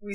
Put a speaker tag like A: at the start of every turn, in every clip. A: We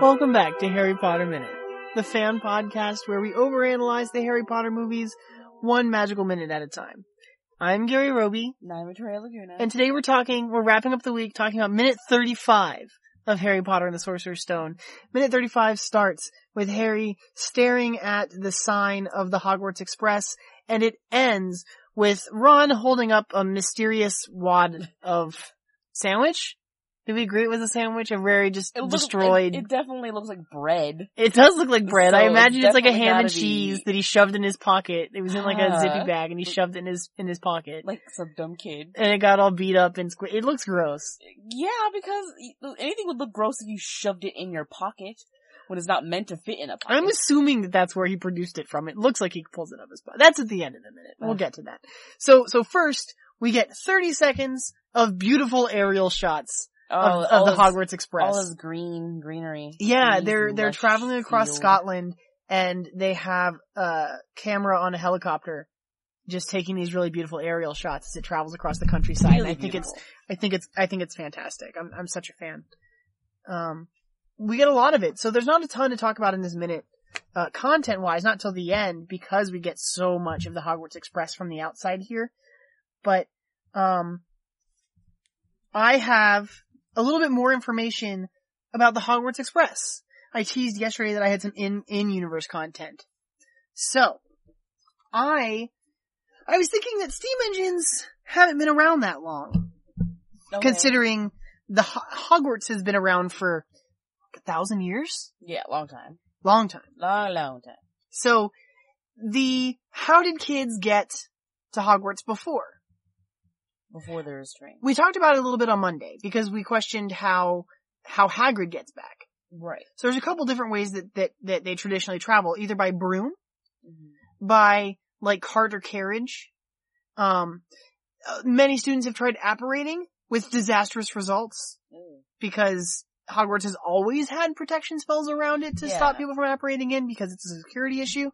B: Welcome back to Harry Potter Minute, the fan podcast where we overanalyze the Harry Potter movies one magical minute at a time. I'm Gary Roby,
A: Nine Betrayal Laguna.
B: and today we're talking, we're wrapping up the week talking about minute 35 of Harry Potter and the Sorcerer's Stone. Minute 35 starts with Harry staring at the sign of the Hogwarts Express, and it ends with Ron holding up a mysterious wad of sandwich? Did we agree it was a sandwich? A very just
A: it looks-
B: destroyed.
A: It, it definitely looks like bread.
B: It does look like bread.
A: So
B: I
A: it's
B: imagine it's like a
A: definitely
B: ham and
A: gotta be-
B: cheese that he shoved in his pocket. It was in like a
A: Ah.
B: zippy bag and he shoved it in his, in his pocket.
A: Like some dumb kid.
B: and it got all beat up and squi- it looks gross.
A: Yeah, because y- anything would look gross if you shoved it in your pocket when it's not meant to fit in a pocket.
B: I'm assuming that that's where he produced it from. It looks like he pulls it out of his pocket. That's at the end of the minute. We'll
A: Ugh.
B: get to that. So, so first we get 30 seconds of beautiful aerial shots of,
A: oh,
B: of
A: all
B: the
A: this-
B: Hogwarts
A: All
B: Express.
A: this green greenery.
B: Yeah,
A: Trees
B: they're
A: and
B: they're
A: lush
B: traveling across
A: fields.
B: Scotland and they have a camera on a helicopter just taking these really beautiful aerial shots as it travels across the countryside. and
A: Really
B: I think it's
A: beautiful.
B: I think it's I think it's fantastic. I'm I'm such a fan. Um we get a lot of it. So there's not a ton to talk about in this minute. Uh content wise, not till the end because we get so much of the Hogwarts Express from the outside here. But um I have a little bit more information about the Hogwarts Express. I teased yesterday that I had some in in universe content. So I I was thinking that steam engines haven't been around that long
A: Okay.
B: considering the Ho- Hogwarts has been around for a thousand years,
A: Yeah, long time.
B: long time.
A: Long, long time.
B: So the how did kids get to Hogwarts before?
A: Before there was train.
B: We talked about it a little bit on Monday because we questioned how how Hagrid gets back.
A: Right.
B: So there's a couple different ways that that that they traditionally travel, either by broom,
A: Mhm.
B: by like cart or carriage. Um, uh, many students have tried apparating with disastrous results.
A: Ooh.
B: because Hogwarts has always had protection spells around it to
A: Yeah.
B: stop people from operating in because it's a security issue.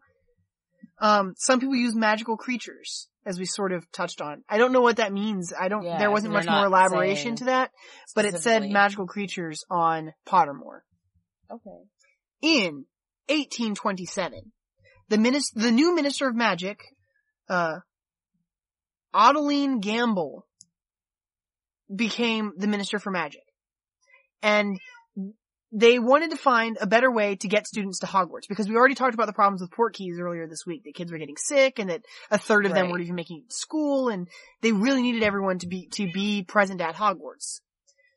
B: Um, some people use magical creatures, as we sort of touched on. I don't know what that means. I don't,
A: Yeah,
B: there wasn't
A: they're
B: much more
A: not
B: elaboration
A: saying
B: to that, but it said
A: Specifically.
B: magical creatures on Pottermore.
A: Okay.
B: In 1827, the minis- the new Minister of Magic, uh, Adeline Gamble became the Minister for Magic. And they wanted to find a better way to get students to Hogwarts because we already talked about the problems with port keys earlier this week. That kids were getting sick and that a third of them
A: Right.
B: were even making it to school and they really needed everyone to be, to be present at Hogwarts.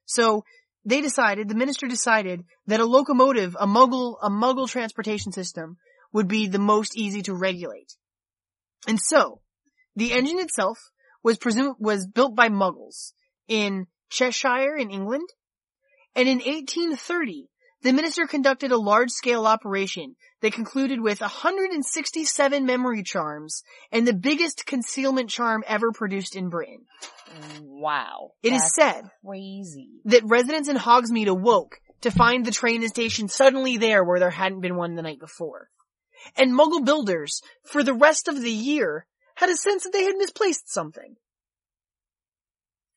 B: So they decided, the minister decided that a locomotive, a muggle, a muggle transportation system would be the most easy to regulate. And so, the engine itself was presumed, was built by muggles in Cheshire in England. And in 1830, the minister conducted a large-scale operation that concluded with 167 memory charms and the biggest concealment charm ever produced in Britain.
A: Wow.
B: It is
A: That's
B: said
A: crazy.
B: that residents in Hogsmeade awoke to find the train station suddenly there where there hadn't been one the night before. And Muggle builders, for the rest of the year, had a sense that they had misplaced something.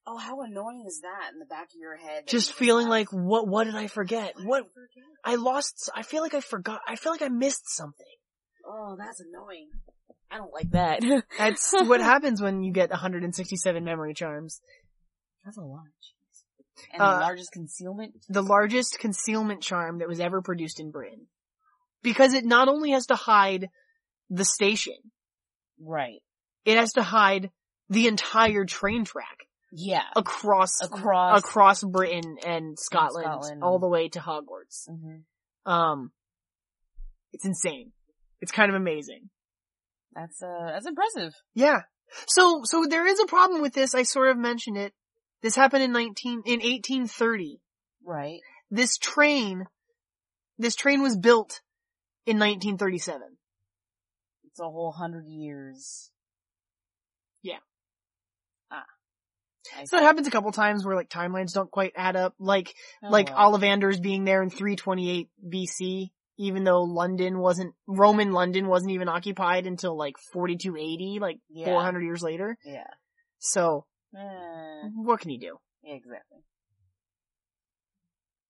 A: Oh, how annoying is that in the back of your head?
B: Just feeling like, what, what did I forget? What, I lost, I feel like I forgot, I feel like I missed something.
A: Oh, that's annoying. I don't like that.
B: That's what happens when you get 167 memory charms.
A: that's a lot. Jeez. And
B: Uh,
A: the largest concealment.
B: the largest concealment charm that was ever produced in Britain. Because it not only has to hide the station,
A: Right.
B: it has to hide the entire train track
A: Yeah.
B: across
A: Across.
B: across Britain and Scotland,
A: Scotland.
B: all the way to Hogwarts.
A: hmm
B: Um it's insane. It's kind of amazing.
A: That's uh, that's impressive.
B: Yeah. So, so there is a problem with this. I sort of mentioned it. This happened in 19, in 1830.
A: Right.
B: This train, this train was built in 1937.
A: It's a whole hundred years.
B: Yeah.
A: Ah. I
B: So it happens a couple times where like timelines don't quite add up. Like,
A: see. Oh,
B: like
A: well.
B: Ollivander's being there in 328 BC, even though London wasn't, Roman London wasn't even occupied until like 4280, like
A: Yeah.
B: 400 years later.
A: Yeah.
B: So
A: Eh,
B: what can you do?
A: yeah, exactly.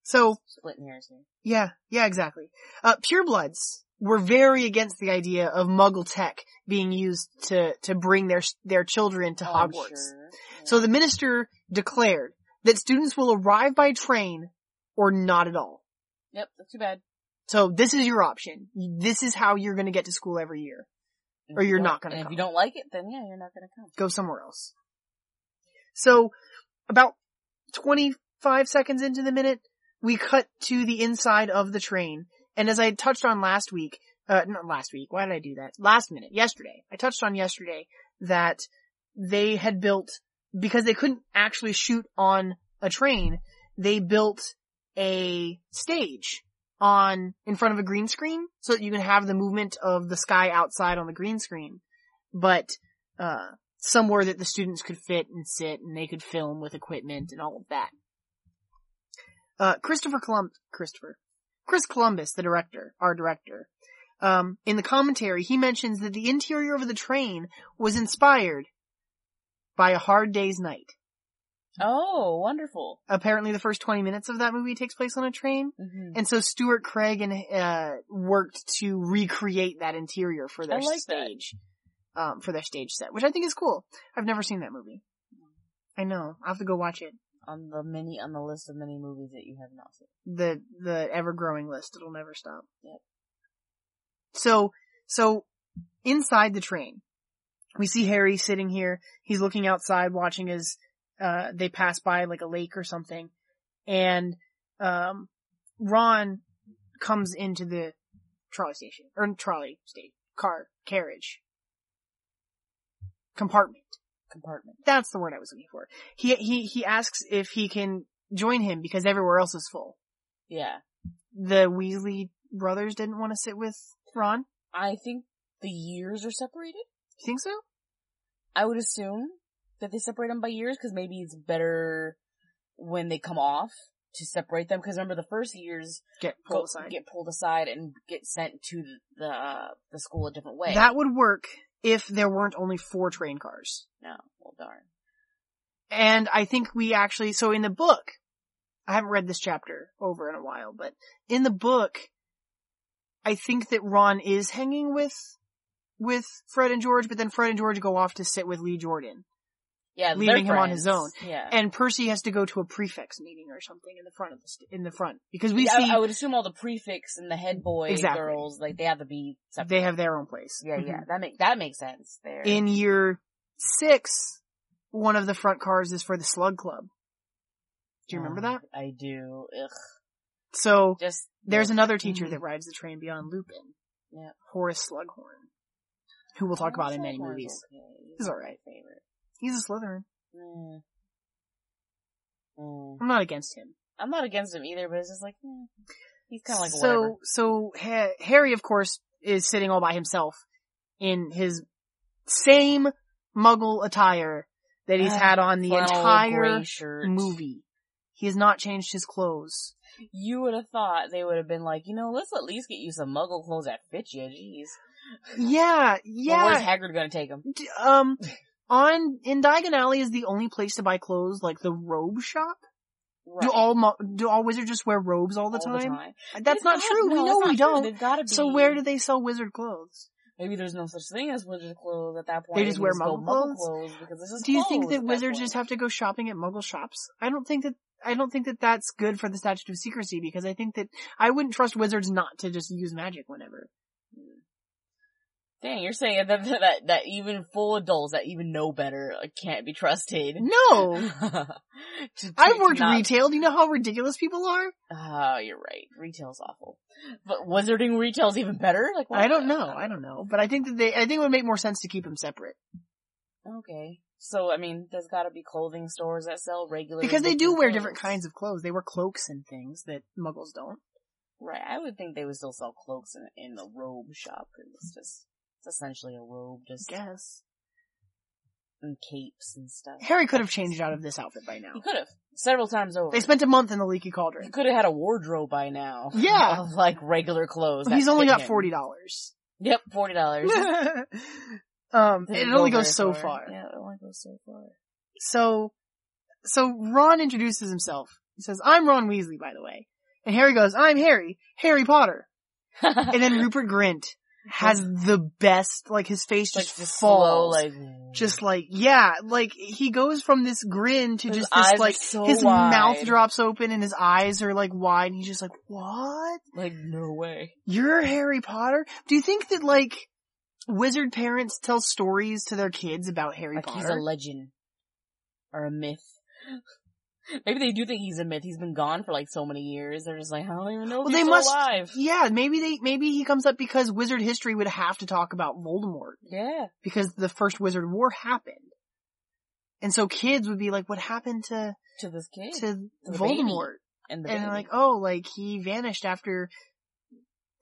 B: So
A: Splitting hairs here.
B: yeah, yeah, exactly. Uh, purebloods were very against the idea of Muggle tech being used to, to bring their, their children to
A: Oh, I'm
B: Hogwarts.
A: sure. Yeah.
B: So the minister declared that students will arrive by train or not at all.
A: Yep, that's too bad.
B: So this is your option. This is how you're going to get to school every year.
A: And
B: Or
A: if you
B: you're
A: don't-
B: not gonna
A: and
B: come.
A: if you don't like it, then yeah, you're not gonna come.
B: Go somewhere else. So about 25 seconds into the minute, we cut to the inside of the train. And as I had touched on last week, uh, not last week. Why did I do that? Last minute, yesterday. I touched on yesterday that they had built, because they couldn't actually shoot on a train, they built a stage on, in front of a green screen so that you can have the movement of the sky outside on the green screen. But, uh, somewhere that the students could fit and sit and they could film with equipment and all of that. Uh, Christopher Colum- Christopher. Chris Columbus, the director, our director, um, in the commentary, he mentions that the interior of the train was inspired by A Hard Day's Night.
A: Oh, wonderful.
B: Apparently the first 20 minutes of that movie takes place on a train.
A: Mm-hmm.
B: And so Stuart Craig and, uh, worked to recreate that interior for their
A: I like that.
B: stage, um, for their stage set, which I think is cool. I've never seen that movie. I know. I'll have to go watch it.
A: On the many, on the list of many movies that you have not seen.
B: The, the ever growing list. It'll never stop.
A: Yep.
B: So, so inside the train, we see Harry sitting here. He's looking outside watching as, uh, they pass by like a lake or something. And, um, Ron comes into the trolley station or trolley station, car, carriage compartment.
A: Compartment.
B: That's the word I was looking for. He, he, he asks if he can join him because everywhere else is full.
A: Yeah.
B: The Weasley brothers didn't want to sit with Ron.
A: I think the years are separated.
B: You think so?
A: I would assume that they separate them by years because maybe it's better when they come off to separate them. Because remember, the first years
B: Get
A: go-
B: pulled aside.
A: get pulled aside and get sent to the the, uh, the school a different way.
B: That would work if there weren't only four train cars.
A: no, well, darn.
B: And I think we actually, so in the book, I haven't read this chapter over in a while, but in the book, I think that Ron is hanging with, with Fred and George, but then Fred and George go off to sit with Lee Jordan.
A: Yeah, they're
B: Leaving him on his
A: friends. Yeah.
B: And Percy has to go to a prefects meeting or something in the front of the, st- in the front. Because we
A: Yeah, oh, I-
B: see,
A: I, would assume all the prefix and the head boy
B: Exactly.
A: girls, like they have to be separate.
B: they have their own place.
A: oh. yeah,
B: Mhm.
A: yeah, that make that makes sense. There,
B: In year six, one of the front cars is for the Slug Club. Do you remember that?
A: I do. Ugh.
B: So
A: Just
B: there's
A: ugh.
B: another teacher
A: Mhm.
B: that rides the train beyond Lupin.
A: Yeah.
B: Horace Slughorn. Who we'll talk about in many
A: Slughorn's
B: movies.
A: Okay.
B: He's alright.
A: My favorite.
B: He's a Slytherin.
A: Mm. Mm.
B: I'm not against him.
A: I'm not against him either, but it's just like eh, he's kind of like
B: so,
A: whatever.
B: so ha- Harry, of course, is sitting all by himself in his same muggle attire that he's
A: Ah,
B: had on the
A: Flannel,
B: entire
A: gray shirt.
B: movie. He has not changed his clothes.
A: You would have thought they would have been like, you know, let's at least get you some Muggle clothes that fit you. Jeez,
B: Yeah,
A: But
B: yeah.
A: where's Hagrid gonna take him?
B: D- um, on in Diagon Alley is the only place to buy clothes, like the robe shop. Do all mo- do all wizards just wear robes all the, time? That's
A: It's
B: not
A: gotta-
B: true.
A: no,
B: we
A: it's
B: know
A: not
B: we
A: true.
B: don't.
A: They've gotta be.
B: So where do they sell wizard clothes?
A: Maybe there's no such thing as wizard clothes at that point.
B: just
A: We
B: wear Muggle
A: go Muggle
B: clothes?
A: clothes because this is.
B: Do you think
A: clothes at
B: that wizards
A: point.
B: just have to go shopping at Muggle shops? I don't think that. I don't think that that's good for the statute of secrecy because I think that I wouldn't trust wizards not to just use magic whenever.
A: Dang, you're saying that that that, that even full adults that even know better like, can't be trusted.
B: No,
A: To- to-
B: I've
A: to
B: worked
A: not-
B: retail. Do you know how ridiculous people are?
A: Ah, you're right. Retail's awful, but wizarding retail's even better. Like what
B: I don't
A: the-
B: know. I don't know, but I think that they. I think it would make more sense to keep them separate.
A: Okay. So, I mean, there's gotta be clothing stores that sell regular.
B: Because they do
A: looking
B: wear
A: clothes.
B: different kinds of clothes. They wear cloaks and things that muggles don't.
A: Right. I would think they would still sell cloaks in, in the robe shop because it's just, it's essentially a robe, just
B: Guess.
A: and capes and stuff.
B: Harry could have changed out of this outfit by now.
A: He could have. Several times over.
B: They spent a month in the leaky
A: He
B: cauldron.
A: could have had a wardrobe by now.
B: Yeah.
A: Of like regular clothes. that
B: He's only
A: fit
B: got
A: him.
B: forty dollars.
A: Yep, forty dollars.
B: um, it only goes so far.
A: Yeah, it only goes so far.
B: So, so Ron introduces himself. He says, "I'm Ron Weasley, by the way." And Harry goes, "I'm Harry, Harry Potter." And then Rupert Grint has the best, like his face
A: like
B: just
A: the
B: falls,
A: slow, like
B: just like yeah, like he goes from this grin to
A: His
B: just
A: eyes
B: this
A: are
B: like
A: so
B: his
A: wide.
B: mouth drops open and his eyes are like wide, and he's just like, "What?
A: like no way.
B: You're Harry Potter? Do you think that like wizard parents tell stories to their kids about Harry
A: Like he's a
B: Potter?"
A: legend or a myth. Maybe they do think he's a myth. He's been gone for like so many years. They're just like, I don't even know if
B: Well,
A: he's
B: they
A: still
B: must-
A: alive.
B: Yeah, maybe they maybe he comes up because wizard history would have to talk about Voldemort
A: Yeah,
B: because the first wizard war happened. And so kids would be like, what happened to,
A: to this kid
B: to
A: the
B: Voldemort?
A: and
B: And
A: the
B: they're
A: baby.
B: like, oh, like he vanished after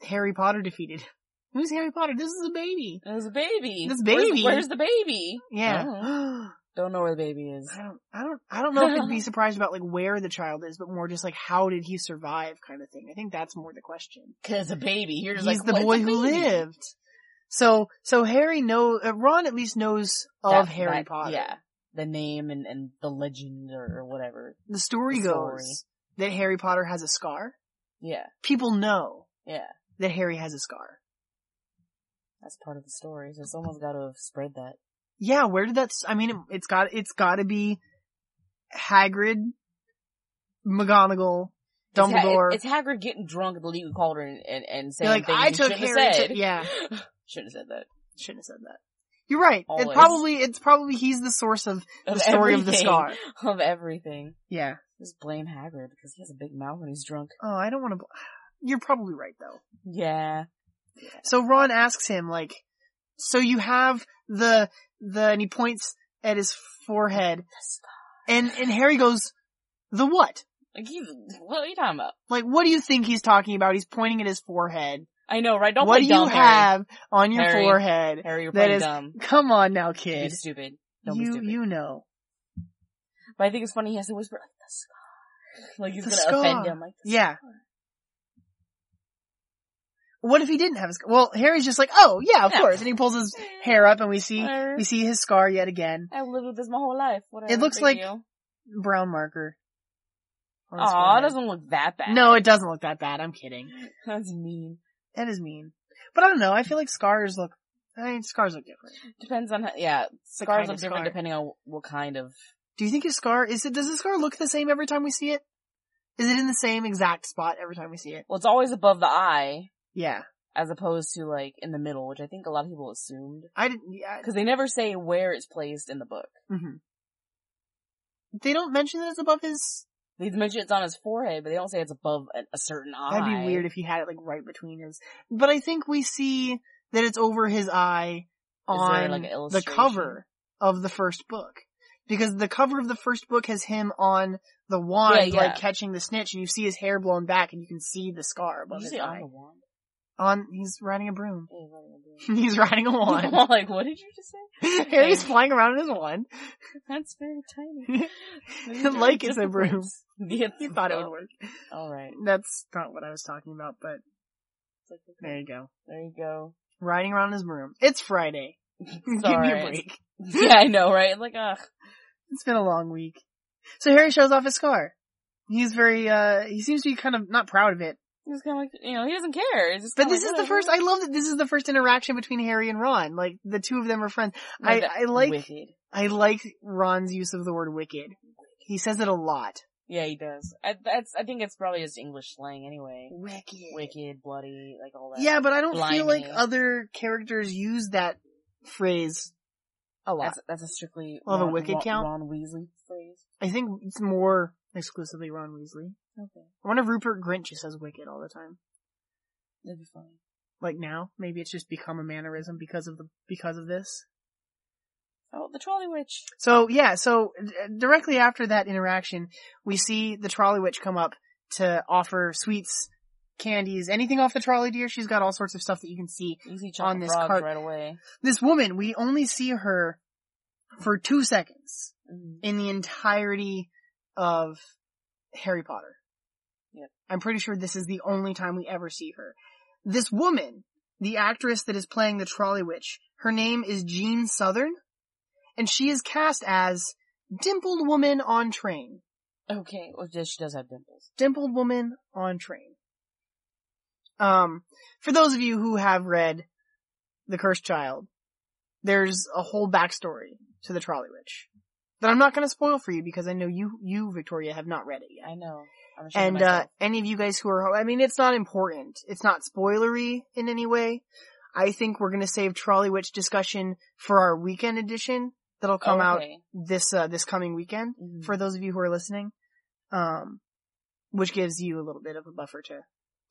B: Harry Potter defeated. Who's Harry Potter? This is a baby.
A: it was a baby.
B: This
A: Where's-
B: baby.
A: Where's, the baby?
B: Yeah.
A: I don't, Don't know where the baby is.
B: I don't, I don't, I don't know if I'd be surprised about like where the child is, but more just like how did he survive kind of thing. I think that's more the question.
A: Cause a baby. You're just
B: He's
A: like,
B: the
A: "What's a
B: boy who
A: baby?"
B: lived. So, so Harry know uh, Ron at least knows of
A: That-
B: Harry
A: that-
B: Potter.
A: Yeah. The name and, and the legend or, or whatever.
B: The story
A: The story.
B: goes that Harry Potter has a scar.
A: Yeah.
B: People know
A: Yeah.
B: that Harry has a scar.
A: That's part of the story. So someone's got to have spread that.
B: Yeah, where did that, s- I mean, it, it's got, it's gotta be Hagrid, McGonagall,
A: It's Ha-
B: Dumbledore.
A: It's, Hagrid getting drunk at the League Cauldron and, and
B: They're
A: saying
B: like,
A: things
B: I
A: he
B: took
A: shouldn't
B: Harry
A: have
B: to-"
A: said.
B: yeah,
A: Shouldn't have said that.
B: shouldn't have said that. You're right. It
A: Always.
B: probably, it's probably, he's the source of the
A: Of
B: story of the
A: everything.
B: scar.
A: Of everything.
B: Yeah.
A: Just blame Hagrid because he has a big mouth when he's drunk.
B: Oh, I don't want to, you're probably right though.
A: Yeah.
B: So Ron asks him, like, so you have the, the, and he points at his forehead and, and Harry goes, the what?
A: Like he's, what are you talking about?
B: Like, what do you think he's talking about? He's pointing at his forehead.
A: I know, right? Don't
B: what
A: play
B: do
A: dumb,
B: you have on your
A: Harry.
B: forehead?
A: Harry. Harry, you're
B: that
A: playing
B: is-
A: dumb.
B: Come on now,
A: Be
B: kid.
A: stupid. Don't be
B: You,
A: stupid.
B: you know.
A: But I think it's funny he has to whisper like the scar. Like he's
B: The
A: gonna
B: scar.
A: offend him. Like the
B: Yeah.
A: scar.
B: What if he didn't have his, well, Harry's just like, oh yeah, of
A: Yeah.
B: course. And he pulls his hair up and we see,
A: Whatever.
B: we see his scar yet again.
A: I've lived with this my whole life. Whatever.
B: It looks
A: big
B: like-
A: deal.
B: Brown marker. on his
A: Aw, it
B: forehead.
A: doesn't look that bad.
B: No, it doesn't look that bad. I'm kidding.
A: that's mean.
B: That is mean. But I don't know. I feel like scars look. I mean, scars look different.
A: Depends on how, yeah.
B: kind
A: Scars look
B: of
A: different
B: scar.
A: depending on what kind of.
B: Do you think his scar is it? Does the scar look the same every time we see it? Is it in the same exact spot every time we see it?
A: Well, it's always above the eye
B: Yeah,
A: as opposed to like in the middle, which I think a lot of people assumed
B: I didn't. Yeah,
A: because they never say where it's placed in the book.
B: mhm.
A: mm-hmm.
B: They don't mention that it's above his.
A: They mention it's on his forehead, but they don't say it's above a, a certain eye.
B: That'd be weird if he had it like right between his. But I think we see that it's over his eye
A: there,
B: on
A: like, an
B: the
A: illustration?
B: cover of the first book. Because the cover of the first book has him on the wand,
A: Yeah, yeah.
B: like catching the snitch, and you see his hair blown back, and you can see the scar above
A: Did you
B: his
A: say on
B: eye.
A: the wand?
B: On, he's riding a broom.
A: Yeah, right on the wand.
B: he's riding a wand.
A: I'm like, what did you just say?
B: Harry's flying around in his wand.
A: That's very tiny.
B: Like it's a broom.
A: Yeah,
B: He thought it would work.
A: All right.
B: That's not what I was talking about, but there you go.
A: There you go.
B: Riding around in his broom. It's Friday. Give me a
A: alright.
B: break.
A: Yeah, I know, right? Like, ugh.
B: It's been a long week. So Harry shows off his scar. He's very, uh, he seems to be kind of not proud of it.
A: He's kind of like, you know, he doesn't care. It's just
B: But
A: kinda
B: this is
A: like,
B: the
A: whatever.
B: first, I love that this is the first interaction between Harry and Ron. Like, the two of them are friends. I-
A: that-
B: I like-
A: Wicked.
B: I like Ron's use of the word wicked. He says it a lot.
A: Yeah, he does. I, that's, I think it's probably just English slang anyway.
B: Wicked.
A: Wicked, bloody, like all that.
B: Yeah, but I don't feel like
A: Blimey.
B: other characters use that phrase a lot.
A: That's, that's a strictly
B: Well, the
A: Ron-
B: wicked
A: Ron-
B: count?
A: Ron Weasley phrase.
B: I think it's more exclusively Ron Weasley.
A: Okay.
B: I wonder if Rupert Grinch just says wicked all the time.
A: That'd be funny.
B: Like now, maybe it's just become a mannerism because of the, because of this.
A: Oh, the trolley witch.
B: So yeah, so d- directly after that interaction, we see the trolley witch come up to offer sweets, candies, anything off the trolley dear. She's got all sorts of stuff that you can see.
A: You see
B: On
A: chocolate
B: this
A: frogs
B: cart.
A: right away.
B: This woman, we only see her for two seconds
A: Mhm.
B: in the entirety of Harry Potter.
A: Yep.
B: I'm pretty sure this is the only time we ever see her. This woman, the actress that is playing the trolley witch, her name is Jean Southern, and she is cast as Dimpled Woman on Train.
A: Okay, well, yeah, she does have dimples.
B: Dimpled Woman on Train. Um, for those of you who have read The Cursed Child, there's a whole backstory to the Trolley Witch that I'm not going to spoil for you because I know you, you, Victoria, have not read it yet.
A: I know. I'm ashamed
B: And,
A: of
B: uh,
A: myself.
B: any of you guys who are, I mean, it's not important. It's not spoilery in any way. I think we're going to save Trolley Witch discussion for our weekend edition that'll come
A: Oh,
B: out
A: okay.
B: this uh, this coming weekend
A: Mhm.
B: for those of you who are listening, um, which gives you a little bit of a buffer to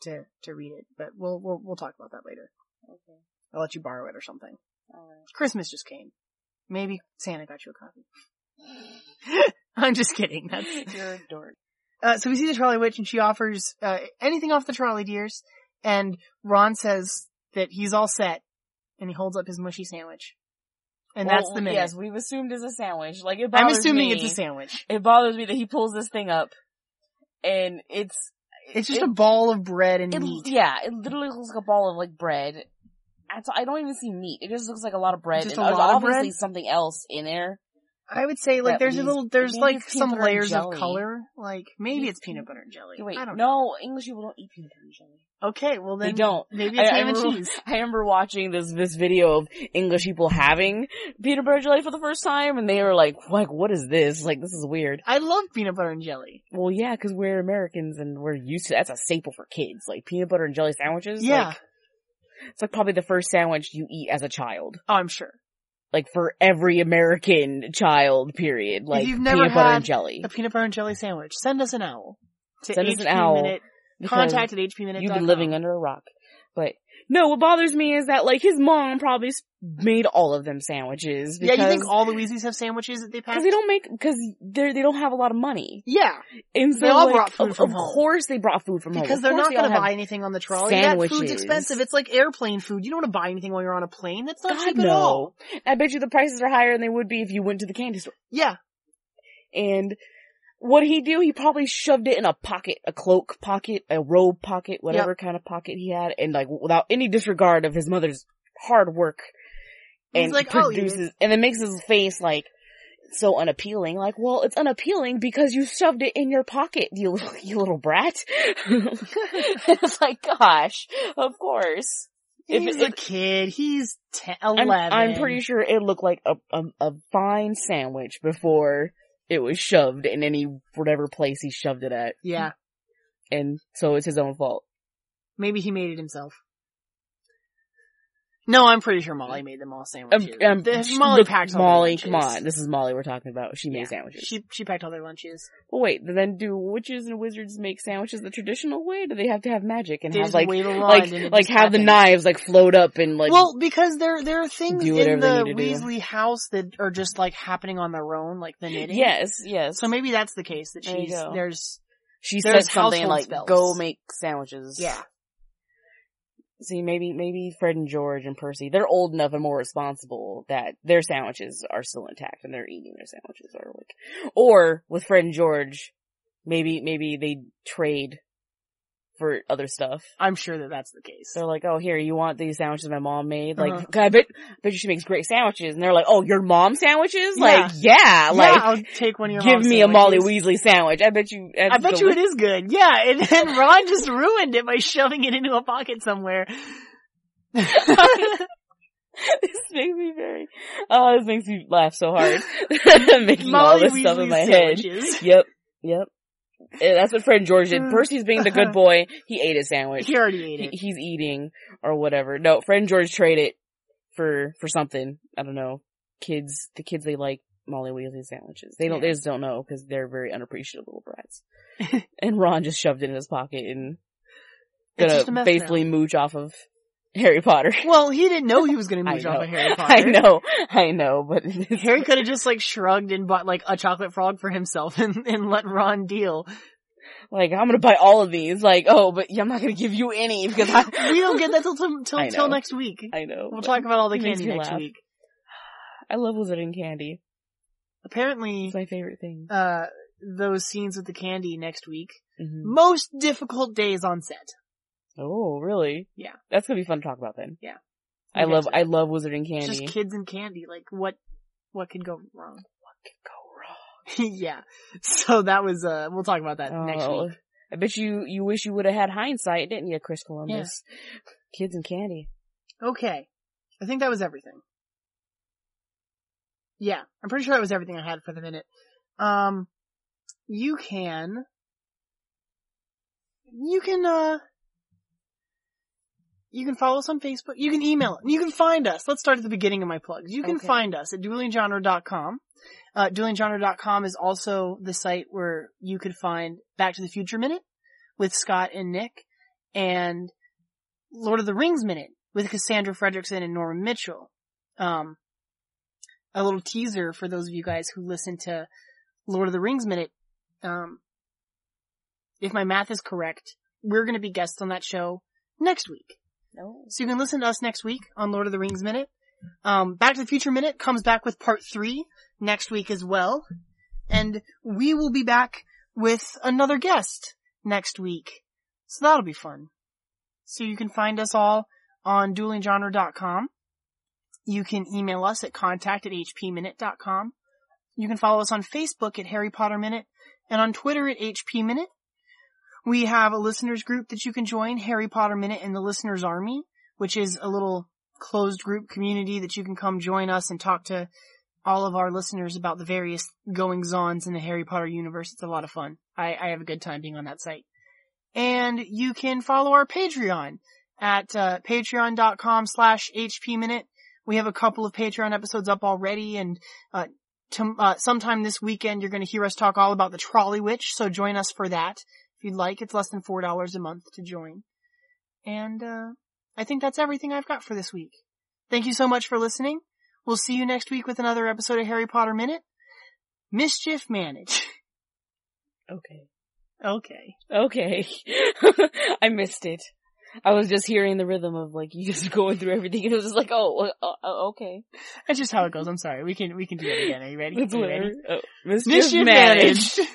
B: to to read it. But we'll we'll we'll talk about that later.
A: Okay.
B: I'll let you borrow it or something.
A: All right.
B: Christmas just came. Maybe Santa got you a copy. I'm just kidding. That's
A: You're a dork.
B: uh, so we see the trolley witch and she offers uh, anything off the trolley dears, and Ron says that he's all set, and he holds up his mushy sandwich, and
A: Well,
B: that's the minute.
A: Oh, Yes, we've assumed it's a sandwich. Like it
B: I'm
A: bothers
B: assuming
A: me.
B: it's a sandwich.
A: It bothers me that he pulls this thing up, and it's
B: It's just
A: it-
B: a ball of bread and
A: It,
B: meat.
A: yeah, it literally looks like a ball of like bread. That's, I don't even see meat. It just looks like a lot of bread.
B: Just
A: and
B: a
A: there's
B: lot of
A: obviously
B: bread?
A: something else in there.
B: I would say like
A: that
B: there's a
A: leaves-
B: little there's
A: maybe
B: like
A: it's
B: some
A: peanut butter and
B: layers of
A: jelly.
B: color. Like maybe
A: Maybe
B: it's
A: it's
B: peanut
A: peanut-
B: butter and jelly.
A: Wait,
B: I don't
A: no,
B: know.
A: English people don't eat peanut butter and jelly.
B: Okay, well
A: They
B: then
A: don't.
B: maybe it's
A: I, I
B: ham and
A: remember,
B: cheese.
A: I remember watching this this video of English people having peanut butter jelly for the first time, and they were like, "Like, what is this? Like, this is weird."
B: I love peanut butter and jelly.
A: Well, yeah, because we're Americans and we're used to that's a staple for kids, like peanut butter and jelly sandwiches.
B: yeah.
A: like, it's like probably the first sandwich you eat as a child.
B: oh, I'm sure.
A: like for every American child period, like
B: you've never
A: peanut butter and
B: had
A: jelly.
B: A peanut butter and jelly sandwich. Send us an owl. To
A: Send us an
B: HP
A: owl,
B: Minute,
A: because
B: contact at hpminute.com.
A: You've been living under a rock. But no, what bothers me is that like his mom probably s- made all of them sandwiches
B: Yeah,
A: because
B: you think all the Weasleys have sandwiches that they pack?
A: because they don't make because they they don't have a lot of money,
B: yeah,
A: and so
B: They all
A: like,
B: brought food
A: of,
B: from
A: of
B: home.
A: course they brought food from home
B: because
A: Of
B: they're
A: course
B: not
A: they
B: going
A: all
B: to
A: have-
B: buy anything on the trolley. That food's
A: sandwiches.
B: expensive. It's like airplane food. You don't want to buy anything while you're on a plane. That's not
A: God,
B: cheap
A: no.
B: at all.
A: I bet you the prices are higher than they would be if you went to the candy store.
B: Yeah,
A: And what he do? He probably shoved it in a pocket, a cloak pocket, a robe pocket, whatever kind of pocket he had, and like without any disregard of his mother's hard work.
B: He's
A: and
B: like, "I'll eat it."
A: produces and then makes his face like so unappealing. Like, well, it's unappealing because you shoved it in your pocket, you little, you little brat. it's like, gosh, of course. If
B: he's
A: it-
B: a kid. He's 10,
A: I'm,
B: 11.
A: I'm pretty sure it looked like a, a a fine sandwich before it was shoved in any whatever place he shoved it at,
B: Yeah,
A: and so it's his own fault.
B: maybe he made it himself. No, I'm pretty sure Molly made them all
A: Um,
B: sandwiches.
A: um,
B: The-
A: sh-
B: Molly
A: look,
B: packed all their
A: Molly,
B: lunches.
A: come on, this is Molly we're talking about. She
B: Yeah.
A: made sandwiches.
B: She she packed all their lunches.
A: well, wait, then do witches and wizards make sandwiches the traditional way? Do they have to have magic and
B: They
A: have
B: just
A: like
B: wave a wand
A: like
B: and it
A: like
B: just
A: have the
B: happens.
A: knives like float up and like
B: well, because there there are things
A: do
B: in
A: whatever they
B: the
A: need to do.
B: Weasley house that are just like happening on their own, like the knitting.
A: yes, yes.
B: So maybe that's the case that
A: There you
B: she's
A: go.
B: there's
A: she
B: there's
A: said something
B: household
A: like
B: spells.
A: go make sandwiches.
B: yeah
A: See, maybe, maybe Fred and George and Percy, they're old enough and more responsible that their sandwiches are still intact and they're eating their sandwiches or like, or with Fred and George, maybe, maybe they trade for other stuff.
B: I'm sure that that's the case.
A: They're like, oh, here, you want these sandwiches my mom made? Like,
B: Uh-huh.
A: God, I bet, bet you she makes great sandwiches. And they're like, oh, your mom sandwiches?
B: Yeah.
A: Like, yeah,
B: yeah,
A: like,
B: I'll take one of your
A: give
B: mom's
A: me a Molly
B: sandwiches.
A: Weasley sandwich. I bet you,
B: I bet you it is good. Yeah, and, and Ron just ruined it by shoving it into a pocket somewhere.
A: this makes me very, oh, this makes me laugh so hard. Making all
B: Molly
A: this stuff in
B: Weasley
A: my head.
B: sandwiches.
A: Yep, yep. Yeah, that's what Fred and George did. Percy's being the good boy. He ate his sandwich.
B: Uh, He already ate
A: He-
B: it.
A: he's eating or whatever. No, Fred and George traded for, for something. I don't know. Kids, the kids, they like Molly Weasley sandwiches. They don't,
B: Yeah.
A: they just don't know because they're very unappreciative little brats. and Ron just shoved it in his pocket and
B: It's
A: gonna
B: just a mess now.
A: faithfully mooch off of Harry Potter.
B: Well, he didn't know he was going to
A: I
B: mooch off
A: know.
B: of Harry Potter.
A: I know, I know, but
B: Harry could have just like shrugged and bought like a chocolate frog for himself and, and let Ron deal.
A: like I'm gonna buy all of these. Like, oh, but yeah, I'm not gonna give you any because I
B: We don't get that till till,
A: I
B: till,
A: know.
B: till next week.
A: I know.
B: We'll
A: but
B: talk about all the
A: It makes
B: candy
A: me
B: next
A: laugh.
B: week.
A: I love wizarding candy.
B: Apparently,
A: It's my favorite thing.
B: uh, those scenes with the candy next week.
A: Mhm.
B: Most difficult days on set.
A: Oh, really?
B: Yeah.
A: That's gonna be fun to talk about then.
B: Yeah.
A: I
B: Okay,
A: love,
B: so
A: I love wizarding
B: it's
A: candy.
B: Just kids and candy. Like what, what can go wrong?
A: Go
B: yeah. So that was, uh, we'll talk about that
A: wrong.
B: next
A: Oh,
B: week.
A: I bet you, you wish you would have had hindsight, didn't you, Chris Columbus? Kids and candy.
B: Okay. I think that was everything. Yeah. I'm pretty sure that was everything I had for the minute. Um, you can, you can, uh, you can follow us on Facebook. You can email You can find us. Let's start at the beginning of my plugs. You can
A: Okay.
B: find us at duelinggenre.com. Uh, duelinggenre.com is also the site where you could find Back to the Future Minute with Scott and Nick and Lord of the Rings Minute with Cassandra Fredrickson and Norman Mitchell. Um, a little teaser for those of you guys who listen to Lord of the Rings Minute. Um, if my math is correct, we're going to be guests on that show next week.
A: No.
B: So you can listen to us next week on Lord of the Rings Minute. Um, Back to the Future Minute comes back with part three next week as well. And we will be back with another guest next week. So that'll be fun. So you can find us all on duelinggenre.com. You can email us at contact at hpminute.com. You can follow us on Facebook at Harry Potter Minute and on Twitter at HP Minute. We have a listeners group that you can join, Harry Potter Minute and the Listeners Army, which is a little closed group community that you can come join us and talk to all of our listeners about the various goings ons in the Harry Potter universe. It's a lot of fun. I, I have a good time being on that site. And you can follow our Patreon at uh, patreon.com slash HP Minute. We have a couple of Patreon episodes up already and uh, to, uh, sometime this weekend you're going to hear us talk all about the Trolley Witch, so join us for that if you'd like. It's less than four dollars a month to join. And uh, I think that's everything I've got for this week. Thank you so much for listening. We'll see you next week with another episode of Harry Potter Minute. Mischief manage.
A: Okay.
B: okay.
A: Okay. I missed it. I was just hearing the rhythm of like, you just going through everything and it was just like, oh, uh, uh, okay.
B: That's just how it goes. I'm sorry. We can we can do that again. Are you ready?
A: That's
B: Are you
A: whatever.
B: ready?
A: Oh, mischief,
B: Mischief
A: managed.
B: managed.